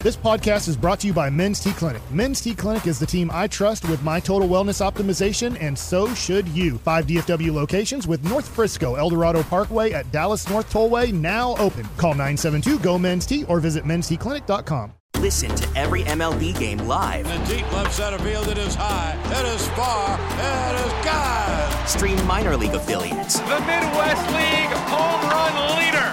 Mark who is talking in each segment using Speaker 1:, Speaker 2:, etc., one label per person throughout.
Speaker 1: This podcast is brought to you by Men's T Clinic. Men's T Clinic is the team I trust with my total wellness optimization, and so should you. Five DFW locations with North Frisco, Eldorado Parkway at Dallas North Tollway now open. Call 972 GO Men's T or visit mensteclinic.com.
Speaker 2: Listen to every MLB game live.
Speaker 3: In the deep left center field, it is high, it is far, it is God.
Speaker 2: Stream minor league affiliates
Speaker 4: The Midwest League home run leader.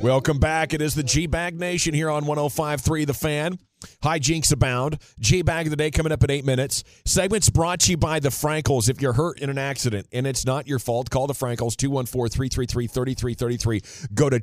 Speaker 5: Welcome back. It is the G Bag Nation here on 1053 The Fan. Hijinks abound. G Bag of the Day coming up in eight minutes. Segments brought to you by the Frankels. If you're hurt in an accident and it's not your fault, call the Frankels 214 333 3333. Go to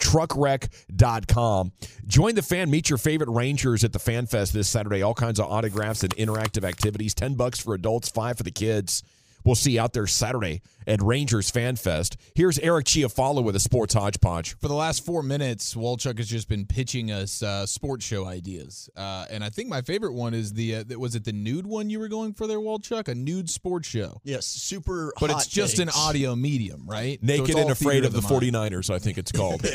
Speaker 5: truckwreck.com. Join the fan. Meet your favorite Rangers at the Fan Fest this Saturday. All kinds of autographs and interactive activities. 10 bucks for adults, 5 for the kids. We'll see you out there Saturday at Rangers Fan Fest. Here's Eric Chiafalo with a sports hodgepodge.
Speaker 6: for the last four minutes, Walchuk has just been pitching us uh, sports show ideas, uh, and I think my favorite one is the uh, that was it the nude one you were going for there, Walchuk, a nude sports show,
Speaker 7: Yes, super.
Speaker 6: but
Speaker 7: hot
Speaker 6: it's just an
Speaker 7: takes.
Speaker 6: audio medium, right? So
Speaker 5: Naked
Speaker 6: it's all
Speaker 5: and Afraid
Speaker 6: theater
Speaker 5: of the
Speaker 6: mind.
Speaker 5: 49ers, I think it's called.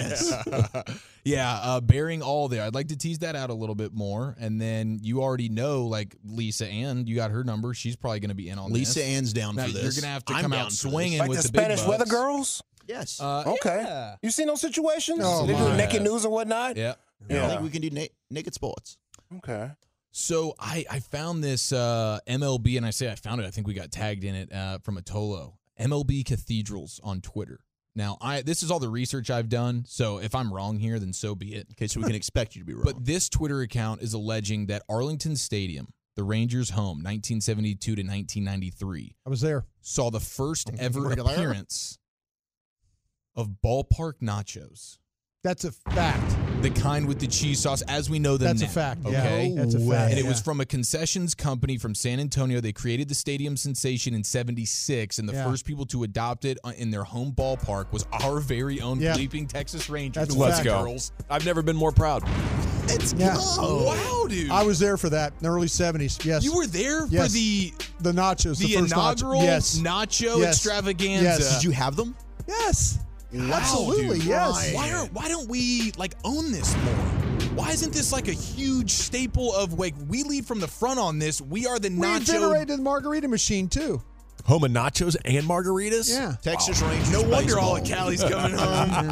Speaker 6: Yeah, uh, bearing all there. I'd like to tease that out a little bit more, and then you already know, like Lisa Ann, you got her number. She's probably going to be in on
Speaker 7: Lisa
Speaker 6: this.
Speaker 7: Ann's down
Speaker 6: Now,
Speaker 7: for this.
Speaker 6: You're gonna have to
Speaker 7: I'm
Speaker 6: come
Speaker 7: down
Speaker 6: out
Speaker 7: for this.
Speaker 6: swinging
Speaker 8: Like
Speaker 6: with
Speaker 8: the
Speaker 6: big
Speaker 8: Spanish
Speaker 6: bucks.
Speaker 8: weather girls?
Speaker 7: Yes.
Speaker 6: Uh,
Speaker 8: Okay.
Speaker 6: yeah.
Speaker 8: You seen those situations?
Speaker 1: Oh,
Speaker 8: they do
Speaker 6: my.
Speaker 8: naked news and whatnot?
Speaker 6: yeah.
Speaker 7: I
Speaker 8: Yeah.
Speaker 7: think we can do na- naked sports.
Speaker 8: Okay.
Speaker 6: So I, I found this uh, MLB, and I say I found it. I think we got tagged in it uh, from Atolo. MLB Cathedrals on Twitter. Now I this is all the research I've done. So if I'm wrong here, then so be it.
Speaker 7: Okay, so we can expect you to be wrong.
Speaker 6: But this Twitter account is alleging that Arlington Stadium, the Rangers' home, 1972 to 1993,
Speaker 9: I was there.
Speaker 6: saw the first ever
Speaker 7: Regular.
Speaker 6: appearance of ballpark nachos,
Speaker 9: That's a fact.
Speaker 6: the kind with the cheese sauce as we know them.
Speaker 9: That's a
Speaker 6: now,
Speaker 9: fact. Yeah.
Speaker 6: Okay,
Speaker 9: That's a
Speaker 7: way.
Speaker 9: fact.
Speaker 6: and it was
Speaker 9: yeah.
Speaker 6: from a concessions company from San Antonio. They created the stadium sensation in 76, and the
Speaker 9: Yeah.
Speaker 6: first people to adopt it uh, in their home ballpark was our very own
Speaker 9: Yeah.
Speaker 6: bleeping Texas Rangers.
Speaker 9: That's a
Speaker 5: Let's
Speaker 9: fact.
Speaker 5: go.
Speaker 6: Girls.
Speaker 5: I've never been more proud.
Speaker 7: it's
Speaker 9: Yeah.
Speaker 6: Oh, wow, dude.
Speaker 9: I was there for that in the early 70s. Yes.
Speaker 6: you were there for
Speaker 9: Yes.
Speaker 6: the
Speaker 9: the nachos, the,
Speaker 6: the,
Speaker 9: first nacho-
Speaker 6: inaugural
Speaker 9: Yes.
Speaker 6: nacho
Speaker 9: Yes.
Speaker 6: extravaganza.
Speaker 9: Yes.
Speaker 7: Did you have them?
Speaker 9: yes.
Speaker 6: Wow,
Speaker 9: Absolutely,
Speaker 6: dude.
Speaker 9: yes.
Speaker 6: Why aren't why don't we like own this more? Why isn't this like a huge staple of like we lead from the front on this? We are the
Speaker 9: We
Speaker 6: nacho
Speaker 9: generated the margarita machine too.
Speaker 5: Home of nachos and margaritas?
Speaker 9: Yeah.
Speaker 7: Texas Rangers.
Speaker 6: No wonder all of
Speaker 7: baseball.
Speaker 6: Cali's coming home.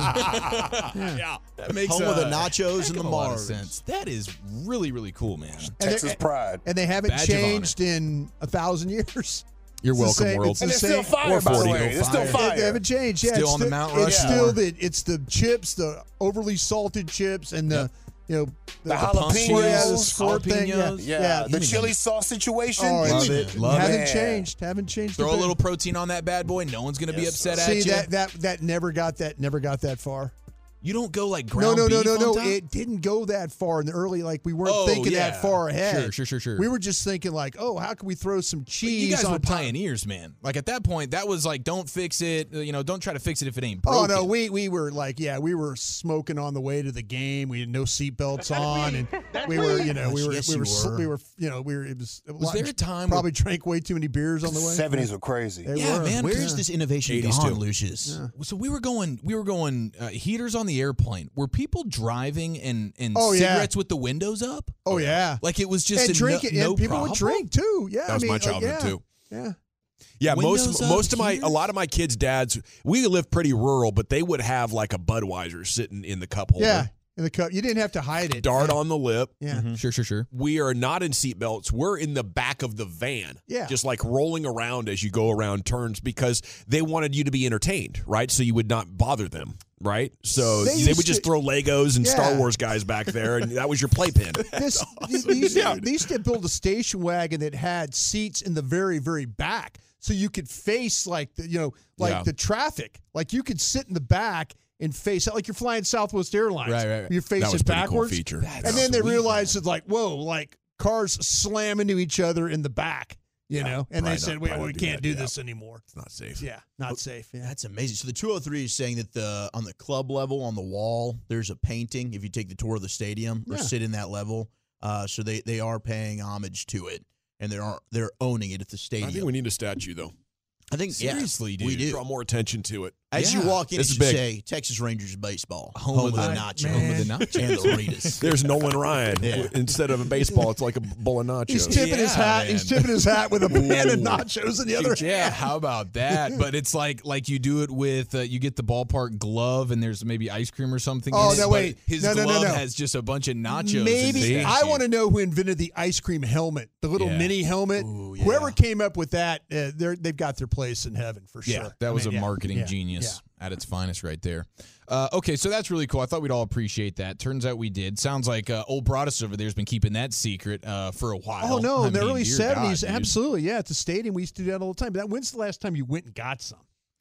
Speaker 6: yeah, that makes
Speaker 7: Home of the
Speaker 6: uh,
Speaker 7: nachos
Speaker 6: heck
Speaker 7: and the
Speaker 6: of a lot of
Speaker 7: Mars.
Speaker 6: sense. That is really really cool, man.
Speaker 9: And
Speaker 8: Texas
Speaker 9: they,
Speaker 8: pride.
Speaker 9: and they haven't
Speaker 6: Badge of
Speaker 9: changed in a thousand years.
Speaker 5: You're
Speaker 9: It's
Speaker 5: welcome,
Speaker 9: the same-
Speaker 5: world.
Speaker 9: it's the
Speaker 8: And it's
Speaker 9: same-
Speaker 8: still fire,
Speaker 5: or
Speaker 8: by the
Speaker 5: 40.
Speaker 8: way. It's still
Speaker 9: They,
Speaker 8: fire.
Speaker 9: they haven't changed. Yeah,
Speaker 6: Still
Speaker 9: it's
Speaker 6: on the Mount
Speaker 9: It's
Speaker 6: Rushmore.
Speaker 9: still the it's the chips, the overly salted chips, and the you know the,
Speaker 8: The
Speaker 9: yeah, the
Speaker 8: jalapenos.
Speaker 9: squirt thing. Yeah,
Speaker 6: jalapenos.
Speaker 8: yeah, the chili sauce situation.
Speaker 9: Oh,
Speaker 6: Love
Speaker 9: it's-
Speaker 6: it, love
Speaker 9: haven't
Speaker 8: it.
Speaker 9: changed. Haven't changed.
Speaker 6: Throw
Speaker 9: a
Speaker 6: a
Speaker 9: bit.
Speaker 6: little protein on that bad boy. No one's gonna be
Speaker 8: Yes,
Speaker 6: upset
Speaker 9: See
Speaker 6: at you.
Speaker 9: that that that never got that never got that far.
Speaker 6: you don't go like
Speaker 9: No,
Speaker 6: ground
Speaker 9: no, no,
Speaker 6: beef
Speaker 9: no,
Speaker 6: on
Speaker 9: no.
Speaker 6: top?
Speaker 9: It didn't go that far in the early. Like we weren't
Speaker 6: Oh,
Speaker 9: thinking
Speaker 6: yeah.
Speaker 9: that far ahead.
Speaker 6: Sure, sure, sure, sure.
Speaker 9: We were just thinking like, oh, how can we throw some
Speaker 6: But
Speaker 9: cheese?
Speaker 6: you guys
Speaker 9: on
Speaker 6: were
Speaker 9: top?
Speaker 6: pioneers, man. Like at that point, that was like, don't fix it. uh, You know, don't try to fix it if it ain't
Speaker 9: Oh
Speaker 6: broken.
Speaker 9: no, we we were like, yeah, we were smoking on the way to the game. We had no seatbelts on, and we were, you know, we
Speaker 7: Gosh,
Speaker 9: were,
Speaker 7: yes,
Speaker 9: we
Speaker 7: you
Speaker 9: were, sl-
Speaker 7: were.
Speaker 9: we were, you know, we were. It was.
Speaker 6: Was there a time
Speaker 9: probably drank way too many beers on the way?
Speaker 8: 70s were crazy.
Speaker 9: They
Speaker 6: Yeah,
Speaker 9: were.
Speaker 6: man.
Speaker 7: Where is this innovation
Speaker 5: 80s
Speaker 7: gone,
Speaker 5: too.
Speaker 7: Lucius?
Speaker 6: So we were going, we were going uh, heaters on the airplane. Were people driving and and
Speaker 9: Oh, yeah.
Speaker 6: cigarettes with the windows up?
Speaker 9: Oh yeah,
Speaker 6: Like it was just
Speaker 9: and
Speaker 6: a
Speaker 9: drink
Speaker 6: no,
Speaker 9: it,
Speaker 6: no
Speaker 9: and people
Speaker 6: problem?
Speaker 9: would drink too. Yeah,
Speaker 5: That was
Speaker 9: I mean,
Speaker 5: my
Speaker 9: like,
Speaker 5: childhood,
Speaker 9: yeah,
Speaker 5: too.
Speaker 9: Yeah,
Speaker 5: Yeah,
Speaker 6: uh, Windows
Speaker 5: most
Speaker 6: up
Speaker 5: most of my
Speaker 6: here?
Speaker 5: a lot of my kids' dads. We live pretty rural, but they would have like a Budweiser sitting in the cup holder.
Speaker 9: yeah. In the cup, you didn't have to hide it.
Speaker 5: dart on the lip.
Speaker 9: Yeah,
Speaker 6: Sure, sure, sure.
Speaker 5: We are not in seatbelts. We're in the back of the van.
Speaker 9: Yeah.
Speaker 5: Just like rolling around as you go around turns because they wanted you to be entertained, right? So you would not bother them, right? So
Speaker 9: They
Speaker 5: they,
Speaker 9: used
Speaker 5: would just
Speaker 9: to-
Speaker 5: throw Legos and
Speaker 9: Yeah.
Speaker 5: Star Wars guys back there, and that was your playpen.
Speaker 9: this they, used, to- they used to build a station wagon that had seats in the very very back so you could face like the you know like
Speaker 5: Yeah.
Speaker 9: the traffic like you could sit in the back and face out like you're flying southwest airlines
Speaker 6: Right, right, right.
Speaker 9: you're
Speaker 5: That
Speaker 9: facing
Speaker 5: was a pretty cool
Speaker 9: backwards
Speaker 5: feature.
Speaker 9: and then they
Speaker 6: Sweet,
Speaker 9: realized it's like whoa like cars slam into each other in the back you
Speaker 7: Yeah,
Speaker 9: know, and
Speaker 7: probably
Speaker 9: they
Speaker 7: not-
Speaker 9: said we,
Speaker 7: probably
Speaker 9: we
Speaker 7: do
Speaker 9: can't
Speaker 7: that,
Speaker 9: do
Speaker 7: yeah.
Speaker 9: this anymore.
Speaker 5: It's not safe.
Speaker 9: Yeah, not safe. Yeah.
Speaker 7: That's amazing. So the 203 is saying that the on the club level on the wall there's a painting. If you take the tour of the stadium or
Speaker 9: Yeah.
Speaker 7: sit in that level, uh, so they they are paying homage to it and they are they're owning it at the stadium.
Speaker 5: I think we need a statue, though.
Speaker 7: I think yeah,
Speaker 6: Seriously,
Speaker 7: we
Speaker 6: dude.
Speaker 7: do.
Speaker 5: Draw more attention to it.
Speaker 7: As
Speaker 6: Yeah.
Speaker 7: you walk in, it
Speaker 5: This is
Speaker 7: should
Speaker 5: big.
Speaker 7: say Texas Rangers baseball,
Speaker 6: Home
Speaker 7: home,
Speaker 6: of
Speaker 7: of
Speaker 6: the-
Speaker 7: the nacho,
Speaker 9: Home of the
Speaker 6: nachos.
Speaker 7: and the Ritas.
Speaker 5: There's Nolan Ryan.
Speaker 7: Yeah.
Speaker 5: Instead of a baseball, it's like a bowl of nachos.
Speaker 9: He's tipping his
Speaker 6: Yeah,
Speaker 9: hat. He's
Speaker 6: man.
Speaker 9: tipping his hat with a pan of
Speaker 5: Ooh.
Speaker 9: nachos in the other
Speaker 6: Dude, yeah, how about that? But it's like like you do it with uh, you get the ballpark glove and there's maybe ice cream or something.
Speaker 9: Oh,
Speaker 6: in it,
Speaker 9: no,
Speaker 6: but
Speaker 9: wait.
Speaker 6: His
Speaker 9: No, no, no,
Speaker 6: glove
Speaker 9: no.
Speaker 6: has just a bunch of nachos. in
Speaker 9: Maybe
Speaker 6: it.
Speaker 9: I want to know who invented the ice cream helmet, the little
Speaker 6: Yeah.
Speaker 9: mini helmet.
Speaker 7: Ooh, yeah.
Speaker 9: Whoever came up with that, uh, they're, they've got their place in heaven for
Speaker 6: Yeah,
Speaker 9: sure.
Speaker 6: that
Speaker 9: I
Speaker 6: was a
Speaker 9: mean, yeah,
Speaker 6: marketing
Speaker 9: yeah,
Speaker 6: genius at its finest, right there. Uh, okay, so that's really cool. I thought we'd all appreciate that. Turns out we did. Sounds like uh, old Broadus over there's been keeping that secret uh, for a
Speaker 9: yeah.
Speaker 6: while.
Speaker 9: Oh no,
Speaker 6: I
Speaker 9: in the
Speaker 6: mean,
Speaker 9: early
Speaker 6: dear
Speaker 9: seventies,
Speaker 6: God, dude.
Speaker 9: absolutely. Yeah, at the stadium we used to do that all the time. But that, when's the last time you went and got some?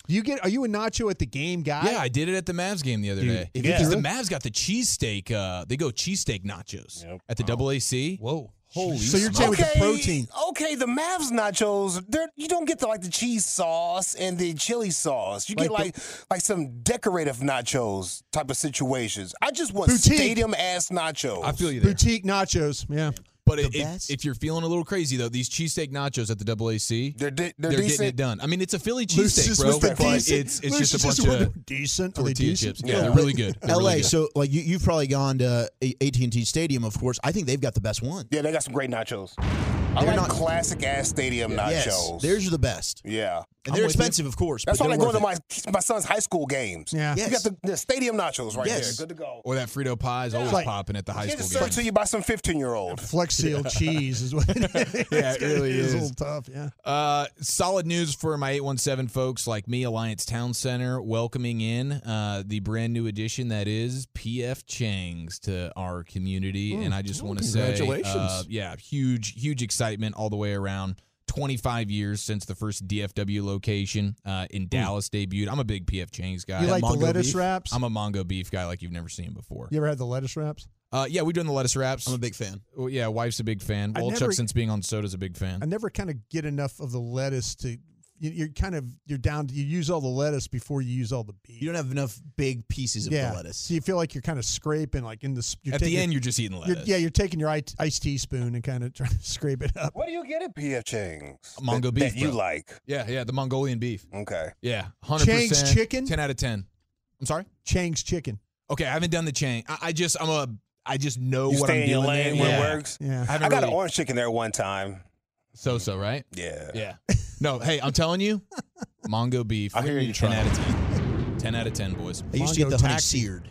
Speaker 9: Do you get? Are you a nacho at the game guy?
Speaker 6: Yeah, I did it at the Mavs game the other
Speaker 9: Dude,
Speaker 6: day.
Speaker 9: if
Speaker 6: Because
Speaker 9: you-
Speaker 6: the Mavs got the cheesesteak. Uh, they go cheesesteak nachos at the AAC. Whoa, holy!
Speaker 9: So you're
Speaker 6: smokes.
Speaker 9: with the protein.
Speaker 8: Okay, the Mavs nachos, they're you don't get the like the cheese sauce and the chili sauce. You get
Speaker 9: Like
Speaker 8: like like some decorative nachos type of situations. I just want
Speaker 9: Boutique.
Speaker 8: stadium ass nachos.
Speaker 6: I feel you there.
Speaker 9: boutique nachos. Yeah,
Speaker 6: But it,
Speaker 7: The
Speaker 6: it-
Speaker 7: best?
Speaker 6: if you're feeling a little crazy though, these cheesesteak nachos at the AAC,
Speaker 8: They're de- they're
Speaker 6: getting it
Speaker 8: decent.
Speaker 6: done. I mean, it's a Philly
Speaker 9: Lucy's
Speaker 6: cheesesteak, bro.
Speaker 9: with the
Speaker 6: but
Speaker 9: decent-
Speaker 6: It's it's
Speaker 9: Lucy's
Speaker 6: just a
Speaker 9: with
Speaker 6: bunch
Speaker 9: the
Speaker 6: of
Speaker 9: decent. Are they
Speaker 6: tortilla
Speaker 9: decent?
Speaker 6: chips. Yeah,
Speaker 8: Yeah.
Speaker 6: they're really good. They're
Speaker 7: LA.
Speaker 6: really good.
Speaker 7: So like you, you've probably gone to eh, AT and T Stadium, of course. I think they've got the best one.
Speaker 8: Yeah, they got some great nachos. I
Speaker 7: They're
Speaker 8: like
Speaker 7: not-
Speaker 8: classic ass stadium nachos.
Speaker 7: Yes, theirs are the best,
Speaker 8: yeah.
Speaker 7: and
Speaker 6: I'm
Speaker 7: they're
Speaker 6: with you.
Speaker 7: expensive, of course.
Speaker 8: That's
Speaker 7: but
Speaker 8: why I
Speaker 7: they're
Speaker 8: go
Speaker 7: worth
Speaker 8: to
Speaker 7: it.
Speaker 8: my my son's high school games.
Speaker 9: Yeah.
Speaker 8: You
Speaker 7: Yes.
Speaker 8: got the, the stadium nachos right
Speaker 7: Yes.
Speaker 8: there. Good to go.
Speaker 6: Or that Frito pie is always
Speaker 9: Like-
Speaker 6: popping at the high
Speaker 8: Get it
Speaker 6: school
Speaker 8: served
Speaker 6: games.
Speaker 8: to you by some 15 year old.
Speaker 9: Flex seal cheese is what. It is.
Speaker 6: Yeah, it really
Speaker 9: It's a
Speaker 6: is.
Speaker 9: little tough. Yeah.
Speaker 6: Uh, solid news for my 817 folks like me, Alliance Town Center, welcoming in uh, the brand new addition that is PF Chang's to our community.
Speaker 9: Hmm.
Speaker 6: and I
Speaker 9: Oh,
Speaker 6: just want to say,
Speaker 5: congratulations.
Speaker 6: uh, yeah, huge, huge excitement all the way around. 25 years since the first DFW location uh, in Dallas debuted. I'm a big PF Chang's guy.
Speaker 9: Hmm. You like the
Speaker 6: Mongo
Speaker 9: lettuce
Speaker 6: beef?
Speaker 9: wraps?
Speaker 6: I'm a Mongo beef guy like you've never seen before.
Speaker 9: You ever had the lettuce wraps?
Speaker 6: Uh, yeah, we're doing the lettuce wraps.
Speaker 7: I'm a big fan.
Speaker 6: Well, yeah, wife's a big fan.
Speaker 9: I
Speaker 6: Walchuk,
Speaker 9: never-
Speaker 6: since being on soda's a big fan.
Speaker 9: I never kind of get enough of the lettuce to. You, you're kind of you're down. You use all the lettuce before you use all the beef.
Speaker 7: You don't have enough big pieces of
Speaker 9: yeah.
Speaker 7: the lettuce.
Speaker 9: So you feel like you're kind of scraping, like in the. s- You're
Speaker 6: At
Speaker 9: taking,
Speaker 6: the end, you're just eating
Speaker 9: you're-
Speaker 6: lettuce.
Speaker 9: yeah, you're taking your iced, iced teaspoon and kind of trying to scrape it up.
Speaker 8: What do you get at PF Chang's?
Speaker 6: Mongo
Speaker 8: that,
Speaker 6: beef,
Speaker 8: That you
Speaker 6: bro.
Speaker 8: like.
Speaker 6: Yeah, yeah, the Mongolian beef.
Speaker 8: Okay.
Speaker 6: Yeah, hundred percent.
Speaker 9: Chang's chicken?
Speaker 6: Ten out of ten. I'm sorry.
Speaker 9: Chang's chicken.
Speaker 6: Okay, I haven't done the Chang. I, I just I'm a I just know
Speaker 8: You
Speaker 6: what
Speaker 8: stay
Speaker 6: I'm
Speaker 8: in your
Speaker 6: doing.
Speaker 8: lane
Speaker 6: there.
Speaker 8: where
Speaker 6: yeah.
Speaker 8: it works.
Speaker 9: Yeah.
Speaker 6: I
Speaker 8: I
Speaker 6: haven't
Speaker 8: got an
Speaker 6: really,
Speaker 8: orange chicken there one time.
Speaker 6: so so right.
Speaker 8: Yeah.
Speaker 6: Yeah. No, hey, I'm telling you, Mongo beef.
Speaker 8: I hear you,
Speaker 6: Ten
Speaker 8: Troy.
Speaker 6: out of ten. Ten out of ten, boys.
Speaker 7: I used to eat
Speaker 9: Mongo
Speaker 7: the honey
Speaker 9: taxi.
Speaker 7: seared.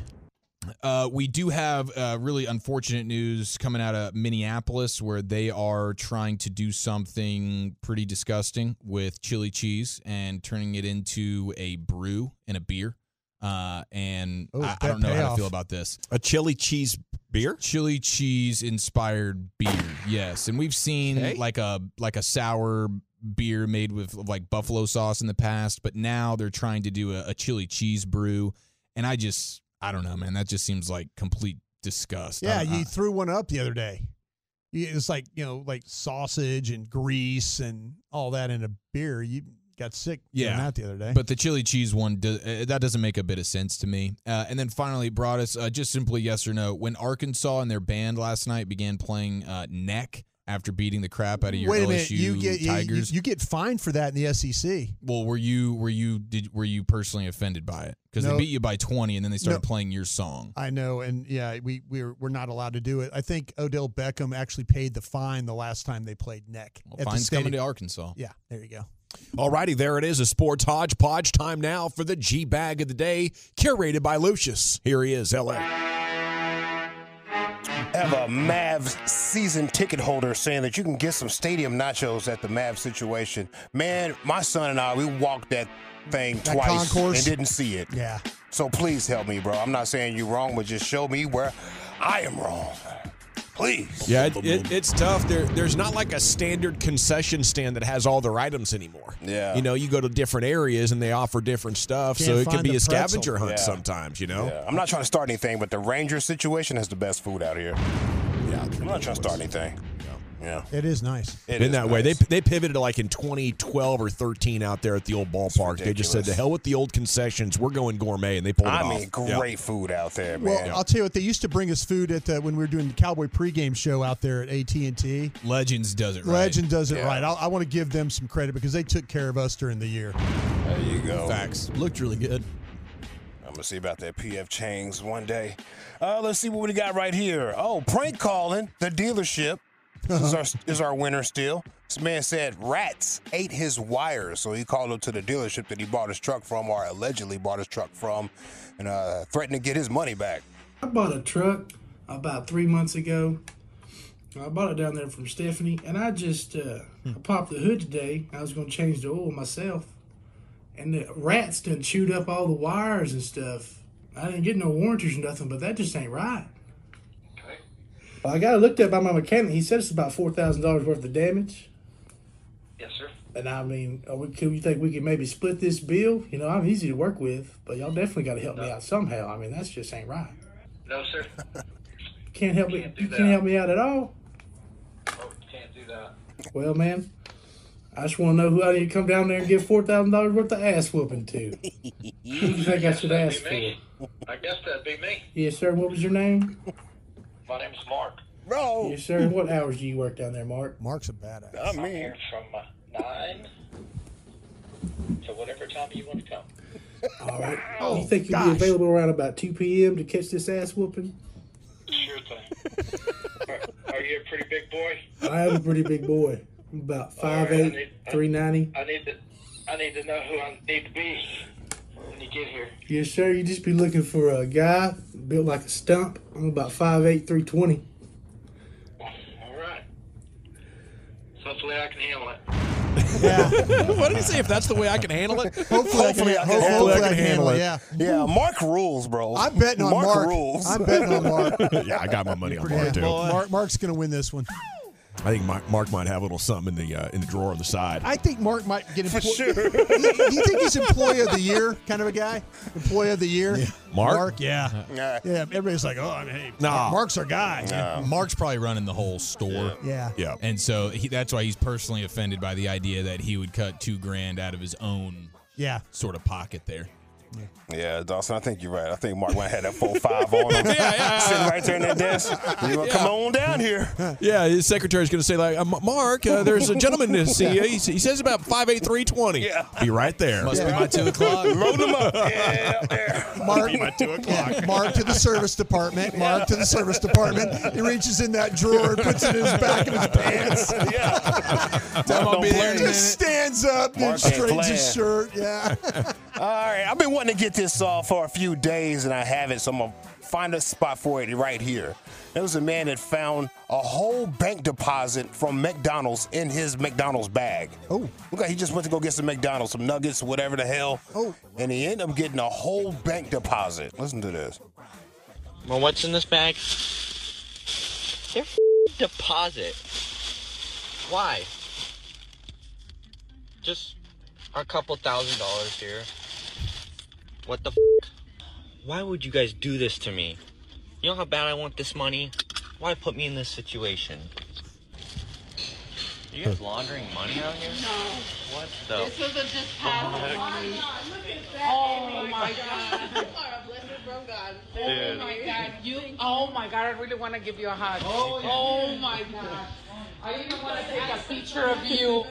Speaker 6: Uh, we do have uh, really unfortunate news coming out of Minneapolis, where they are trying to do something pretty disgusting with chili cheese and turning it into a brew and a beer. Uh, and
Speaker 9: Oh,
Speaker 6: I, I
Speaker 9: that
Speaker 6: don't know how
Speaker 9: payoff.
Speaker 6: to feel about this
Speaker 5: A chili cheese beer?
Speaker 6: chili cheese inspired beer. Yes, and we've seen
Speaker 5: Okay.
Speaker 6: like a like a sour beer made with like buffalo sauce in the past, but now they're trying to do a, a chili cheese brew, and I just I don't know, man. That just seems like complete disgust. I
Speaker 9: Yeah,
Speaker 6: don't-
Speaker 9: you
Speaker 6: I-
Speaker 9: threw one up the other day. You- It's like you know, like sausage and grease and all that in a beer. You got sick. doing
Speaker 6: Yeah.
Speaker 9: that the other day.
Speaker 6: But the chili cheese one, do, uh, that doesn't make a bit of sense to me. Uh, and then finally, brought us uh, just simply yes or no. When Arkansas and their band last night began playing uh, Neck after beating the crap out of your
Speaker 9: wait a
Speaker 6: LSU
Speaker 9: minute, you get you-
Speaker 6: Tigers,
Speaker 9: you, you get fined for that in the E SEC.
Speaker 6: Well, were you were you did were you personally offended by it? Because
Speaker 9: No.
Speaker 6: they beat you by twenty, and then they started
Speaker 9: No.
Speaker 6: playing your song.
Speaker 9: I know, and yeah, we we're we're not allowed to do it. I think Odell Beckham actually paid the fine the last time they played Nick
Speaker 6: Well,
Speaker 9: at the
Speaker 6: fine's coming to
Speaker 9: stadium.
Speaker 6: Arkansas.
Speaker 9: Yeah, there you go.
Speaker 5: Alrighty, there it is. A sports hodgepodge. Time now for the G Bag of the Day, curated by Lucius. Here he is, LA.
Speaker 8: Have a Mavs season ticket holder saying that you can get some stadium nachos at the Mavs situation. Man, my son and I, we walked that thing
Speaker 9: That
Speaker 8: twice
Speaker 9: concourse?
Speaker 8: and didn't see it.
Speaker 9: Yeah,
Speaker 8: So please help me, bro. I'm not saying you're wrong, but just show me where I am wrong. Please.
Speaker 5: Yeah, it, it, it's tough. There, there's not like a standard concession stand that has all their items anymore.
Speaker 8: Yeah.
Speaker 5: You know, you go to different areas and they offer different stuff, so
Speaker 9: Can't
Speaker 5: it can
Speaker 9: find
Speaker 5: be
Speaker 9: the
Speaker 5: a scavenger
Speaker 9: pretzel.
Speaker 5: hunt
Speaker 8: Yeah.
Speaker 5: sometimes. You know.
Speaker 8: Yeah, I'm not trying to start anything, but the Ranger situation has the best food out here.
Speaker 5: Yeah.
Speaker 8: I'm not trying to start anything. Yeah.
Speaker 9: It is nice.
Speaker 8: It
Speaker 5: been
Speaker 8: is
Speaker 5: that way. They
Speaker 8: nice.
Speaker 5: they pivoted like in 2012 or 13 out there at the old ballpark. They just said
Speaker 8: ridiculous.
Speaker 5: to hell with the old concessions. We're going gourmet, and they pulled it
Speaker 8: I
Speaker 5: off.
Speaker 8: mean,
Speaker 5: Yeah.
Speaker 8: great food out there, man.
Speaker 9: Well, I'll tell you what. They used to bring us food at the, when we were doing the Cowboy pregame show out there at AT and T.
Speaker 6: Legends does it right.
Speaker 9: Legend does it
Speaker 8: Yeah.
Speaker 9: right. I'll, I want to give them some credit because they took care of us during the year.
Speaker 8: there you go.
Speaker 6: Facts. Looked really good.
Speaker 8: I'm gonna see about that PF Chang's one day. Uh, let's see what we got right here. Oh, prank calling the dealership is
Speaker 10: Uh-huh.
Speaker 8: our is our winner still. This man said rats ate his wires, so he called up to the dealership that he bought his truck from, or allegedly bought his truck from, and uh, threatened to get his money back.
Speaker 10: I bought a truck about three months ago. I bought it down there from Stephanie, and I just uh, I popped the hood today. I was gonna change the oil myself, and the rats done chewed up all the wires and stuff. I didn't get no warranties or nothing, but that just ain't right. Well, I got it looked at by my mechanic. He said it's about four thousand dollars worth of damage.
Speaker 11: Yes, sir.
Speaker 10: And I mean, are we, could you think we could maybe split this bill? You know, I'm easy to work with, but y'all definitely got to help me out somehow. I mean, that's just ain't right.
Speaker 11: No, sir.
Speaker 10: Can't help me.
Speaker 11: Can't do
Speaker 10: You
Speaker 11: that.
Speaker 10: can't help me out at all.
Speaker 11: Oh, can't do that.
Speaker 10: Well, man, I just want to know who I need to come down there and give four thousand dollars worth of ass whooping to. Who do you think I should ask
Speaker 11: That'd be
Speaker 10: for?
Speaker 11: me. I guess that'd be me.
Speaker 10: Yes, sir. What was your name?
Speaker 11: My name's Mark.
Speaker 8: Bro,
Speaker 10: Yes, sir. What hours do you work down there, Mark?
Speaker 9: Mark's a badass.
Speaker 8: I
Speaker 11: I'm
Speaker 8: mean,
Speaker 11: here from uh, nine to whatever time you want to come.
Speaker 10: All right. you think you'll be available around about two p.m. to catch this ass whooping?
Speaker 11: Sure thing. are, are you a pretty big boy?
Speaker 10: I am a pretty big boy. I'm about
Speaker 11: right, I
Speaker 10: five eight,
Speaker 11: need-
Speaker 10: three ninety.
Speaker 11: I need to. I need to know who I need to be when you get here.
Speaker 10: Yes, sir. You just be looking for a guy built like a stump. I'm about five eight, three twenty.
Speaker 11: All right. Hopefully, I can handle it.
Speaker 5: what did he say? If that's the way I can handle it,
Speaker 9: Hopefully, I can, hopefully, I can handle it. Yeah.
Speaker 8: yeah, Mark rules, bro.
Speaker 9: I'm betting on Mark.
Speaker 8: Mark rules.
Speaker 9: I'm betting on Mark.
Speaker 5: yeah, I got my money on Mark
Speaker 9: Yeah.
Speaker 5: too.
Speaker 9: Mark. Mark's going to win this one.
Speaker 5: I think Mark, Mark might have a little something in the uh, in the drawer on the side.
Speaker 9: I think Mark might get
Speaker 8: For
Speaker 9: employed.
Speaker 8: sure.
Speaker 9: do, you, do you think he's employee of the year kind of a guy? Employee of the year?
Speaker 5: Mark?
Speaker 9: yeah.
Speaker 8: Yeah.
Speaker 9: Yeah, everybody's like, oh, I mean, hey,
Speaker 5: Nah.
Speaker 9: Mark's our guy.
Speaker 6: Mark's probably running the whole store.
Speaker 9: Yeah.
Speaker 5: Oh. yeah,
Speaker 6: And so he, that's why he's personally offended by the idea that he would cut two grand out of his own
Speaker 9: Yeah.
Speaker 6: sort of pocket there.
Speaker 8: Yeah, Dawson, I think you're right. I think Mark might have that 4 5 on him.
Speaker 6: yeah.
Speaker 8: Sitting right there in that desk. You're going to come on down here.
Speaker 5: yeah. His secretary's going to say like, uh, M- Mark, uh, there's a gentleman to see you. He, s- he says about five eight three twenty.
Speaker 8: Yeah.
Speaker 5: be right there.
Speaker 6: Must be my two o'clock.
Speaker 8: Load him up. Yeah, up there.
Speaker 9: Mark, yeah, Mark to the service department. Mark to the service department. He reaches in that drawer and puts it in his back of his pants.
Speaker 8: Yeah. Don't,
Speaker 6: I'll be
Speaker 8: blame
Speaker 6: there in a
Speaker 8: me.
Speaker 6: minute.
Speaker 9: Just stands up, then
Speaker 8: Mark
Speaker 9: straightens
Speaker 8: ain't
Speaker 9: his
Speaker 8: playing.
Speaker 9: shirt. Yeah.
Speaker 8: All right. I've been wanting to get this off for a few days, and I haven't, so I'm going to find a spot for it right here. There was a man that found a whole bank deposit from McDonald's in his McDonald's bag.
Speaker 9: Oh.
Speaker 8: Look like he just went to go get some McDonald's, some nuggets, whatever the hell.
Speaker 9: Oh.
Speaker 8: And he ended up getting a whole bank deposit. Listen to this.
Speaker 11: Well, what's in this bag? They're deposit. Why? Just a couple thousand dollars here. What the f? Why would you guys do this to me? You know how bad I want this money? Why put me in this situation? You guys laundering money out here? No. What the? This was a
Speaker 10: Oh my god. Oh my god. You oh my god, I really want to give you a hug. Oh, my god. I even want to take a picture of you.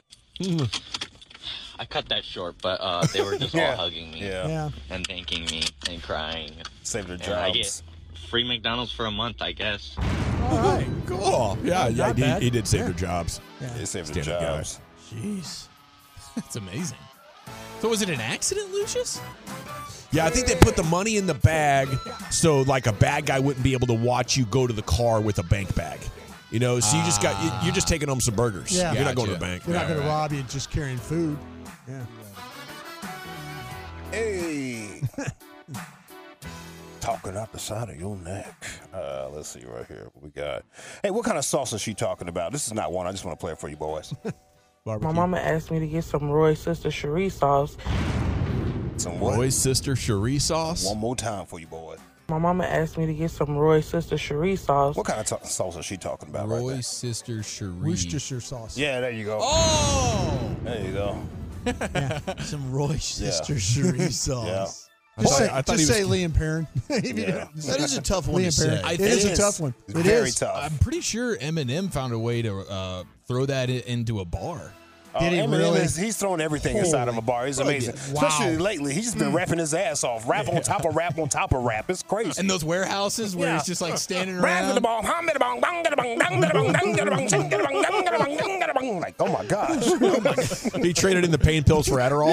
Speaker 11: I cut that short, but uh, they were just
Speaker 8: Yeah.
Speaker 11: all hugging me
Speaker 8: Yeah.
Speaker 9: Yeah.
Speaker 11: and thanking me and crying.
Speaker 8: Save their jobs.
Speaker 11: And I get free McDonald's for a month, I guess.
Speaker 9: All right.
Speaker 5: Cool. Oh, Yeah, yeah.
Speaker 9: Not
Speaker 5: He,
Speaker 9: bad.
Speaker 5: he did save their jobs.
Speaker 8: They saved their
Speaker 5: Stand up,
Speaker 8: jobs.
Speaker 6: Jeez. That's amazing. So was it an accident, Lucius?
Speaker 5: Yeah, I think they put the money in the bag so like a bad guy wouldn't be able to watch you go to the car with a bank bag. You know, so you just got you, you're just taking home some burgers.
Speaker 9: Yeah.
Speaker 5: You're not going to the
Speaker 6: Gotcha.
Speaker 5: bank.
Speaker 9: They're not going
Speaker 6: All
Speaker 9: to
Speaker 6: right.
Speaker 9: rob you just carrying food. Yeah.
Speaker 8: Hey. talking up the side of your neck. Uh, let's see right here. What we got? Hey, what kind of sauce is she talking about? This is not one. I just want to play it for you boys.
Speaker 10: My mama asked me to get some Roy Sister Cherie sauce.
Speaker 8: Some what?
Speaker 5: Roy's sister Cherie sauce.
Speaker 8: One more time for you boys.
Speaker 12: My mama asked me to get some Roy's sister Cherie sauce.
Speaker 8: What kind of ta- sauce is she talking about?
Speaker 13: Roy sister Cherie.
Speaker 14: Worcestershire sauce.
Speaker 8: Yeah, there you go.
Speaker 13: Oh,
Speaker 8: there you go.
Speaker 9: Some Roy sister
Speaker 8: Yeah.
Speaker 9: Cherie sauce.
Speaker 8: Yeah. Just I thought- say- I thought he just was- say
Speaker 14: Liam Perrin.
Speaker 8: Yeah.
Speaker 9: That is a tough one
Speaker 14: Liam
Speaker 9: to
Speaker 14: Perrin.
Speaker 9: say.
Speaker 14: I It think- is a tough one. It's It very is. tough.
Speaker 13: I'm pretty sure Eminem found a way to uh, throw that i- into a bar.
Speaker 8: Oh, Eminem is- he's throwing everything inside of a bar. He's amazing. Especially lately. He's just
Speaker 14: Mm.
Speaker 8: been rapping his ass off. Rap on top of rap on top of rap. It's crazy.
Speaker 13: And those warehouses where he's just like standing
Speaker 8: Rap to
Speaker 13: around.
Speaker 8: the ball, hum to the bong, bong to the bong, dong to the bong, dong to the bong, ching to the bong, dong to the bong, dong to the bong. Like, oh my gosh.
Speaker 5: he traded in the pain pills for Adderall.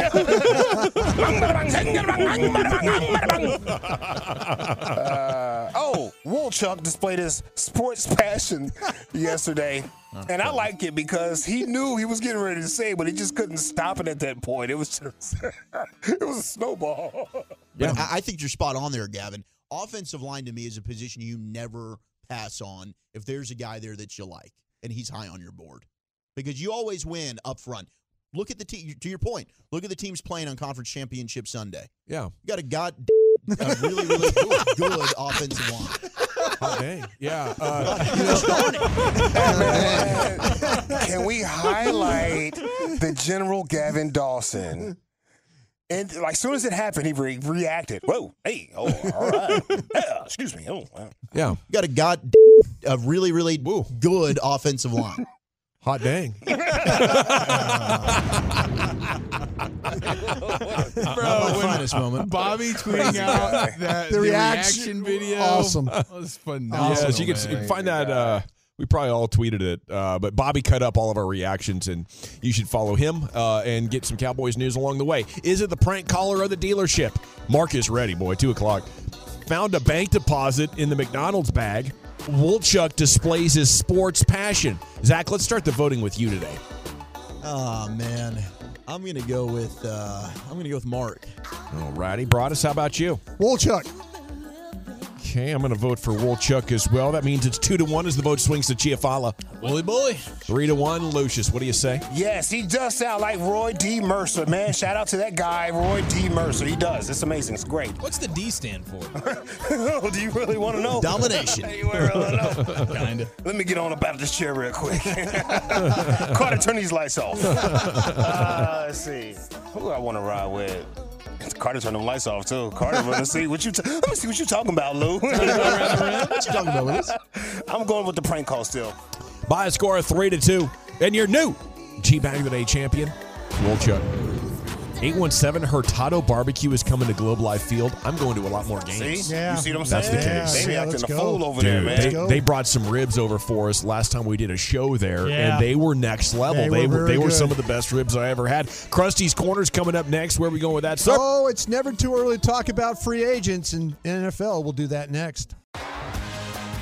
Speaker 8: Uh, oh, Woolchuck displayed his sports passion yesterday. And I like it because he knew he was getting ready to say, it, but he just couldn't stop it at that point. It was just, it was a snowball.
Speaker 9: But I, I think you're spot on there, Gavin. Offensive line to me is a position you never pass on if there's a guy there that you like and he's high on your board because you always win up front. Look at the team. To your point, look at the teams playing on conference championship Sunday.
Speaker 5: Yeah.
Speaker 9: you got a god a really really good, good offensive line.
Speaker 5: Dang. Yeah. Uh,
Speaker 8: Can we highlight the General Gavin Dawson? And like, soon as it happened, he re- reacted. Whoa, hey, oh, all right. Yeah, excuse me. Oh, wow.
Speaker 5: Yeah,
Speaker 9: you got a god a really really good offensive line.
Speaker 5: Hot dang.
Speaker 13: Bro, when Bobby tweeting out that
Speaker 14: The
Speaker 13: the,
Speaker 14: reaction-
Speaker 13: reaction, video.
Speaker 14: awesome.
Speaker 13: That was phenomenal.
Speaker 5: Yes, you can s- you can find that. Uh, we probably all tweeted it, uh, but Bobby cut up all of our reactions, and you should follow him uh, and get some Cowboys news along the way. Is it the prank caller or the dealership? Mark is ready, boy. Two o'clock. Found a bank deposit in the McDonald's bag. Woolchuck displays his sports passion. Zach, let's start the voting with you today.
Speaker 9: Oh man, I'm gonna go with uh, I'm gonna go with Mark.
Speaker 5: All righty, Broadus, how about you?
Speaker 14: Woolchuck.
Speaker 5: Okay, I'm going to vote for Woolchuck as well. That means it's two to one as the vote swings to Chiafala.
Speaker 13: Wooly bully.
Speaker 5: Three to one, Lucius. What do you say?
Speaker 8: Yes, he does sound like Roy D. Mercer, man. Shout out to that guy, Roy D. Mercer. He does. It's amazing. It's great.
Speaker 13: What's the D stand for?
Speaker 8: oh, do you really want to know?
Speaker 9: Domination.
Speaker 8: you really know?
Speaker 13: Kinda.
Speaker 8: Let me get on about this chair real quick. Carter, turn these lights off. Uh, let's see. Who do I want to ride with? Carter turned them lights off too. Carter, let's see what you. T- let me see what you talking about, Lou. what
Speaker 9: you talking about, Lewis?
Speaker 8: I'm going with the prank call still.
Speaker 5: by a score of three to two, and your new G Bag of the Day champion, Woolchuck. 817 Hurtado Barbecue is coming to Globe Life Field. I'm going to a lot more games.
Speaker 8: See? Yeah. You see what I'm
Speaker 5: That's
Speaker 8: saying?
Speaker 5: the case.
Speaker 8: They be Yeah, acting let's a go. fool over there, man. Let's
Speaker 5: They,
Speaker 8: go.
Speaker 5: they brought some ribs over for us last time we did a show there,
Speaker 8: Yeah.
Speaker 5: and they were next
Speaker 14: They
Speaker 5: level. They,
Speaker 14: were
Speaker 5: were,
Speaker 14: very
Speaker 5: they were
Speaker 14: good.
Speaker 5: some of the best ribs I ever had. Krusty's Corner's coming up next. Where are we going with that, sir?
Speaker 14: Oh, it's never too early to talk about free agents and NFL. We'll do that next.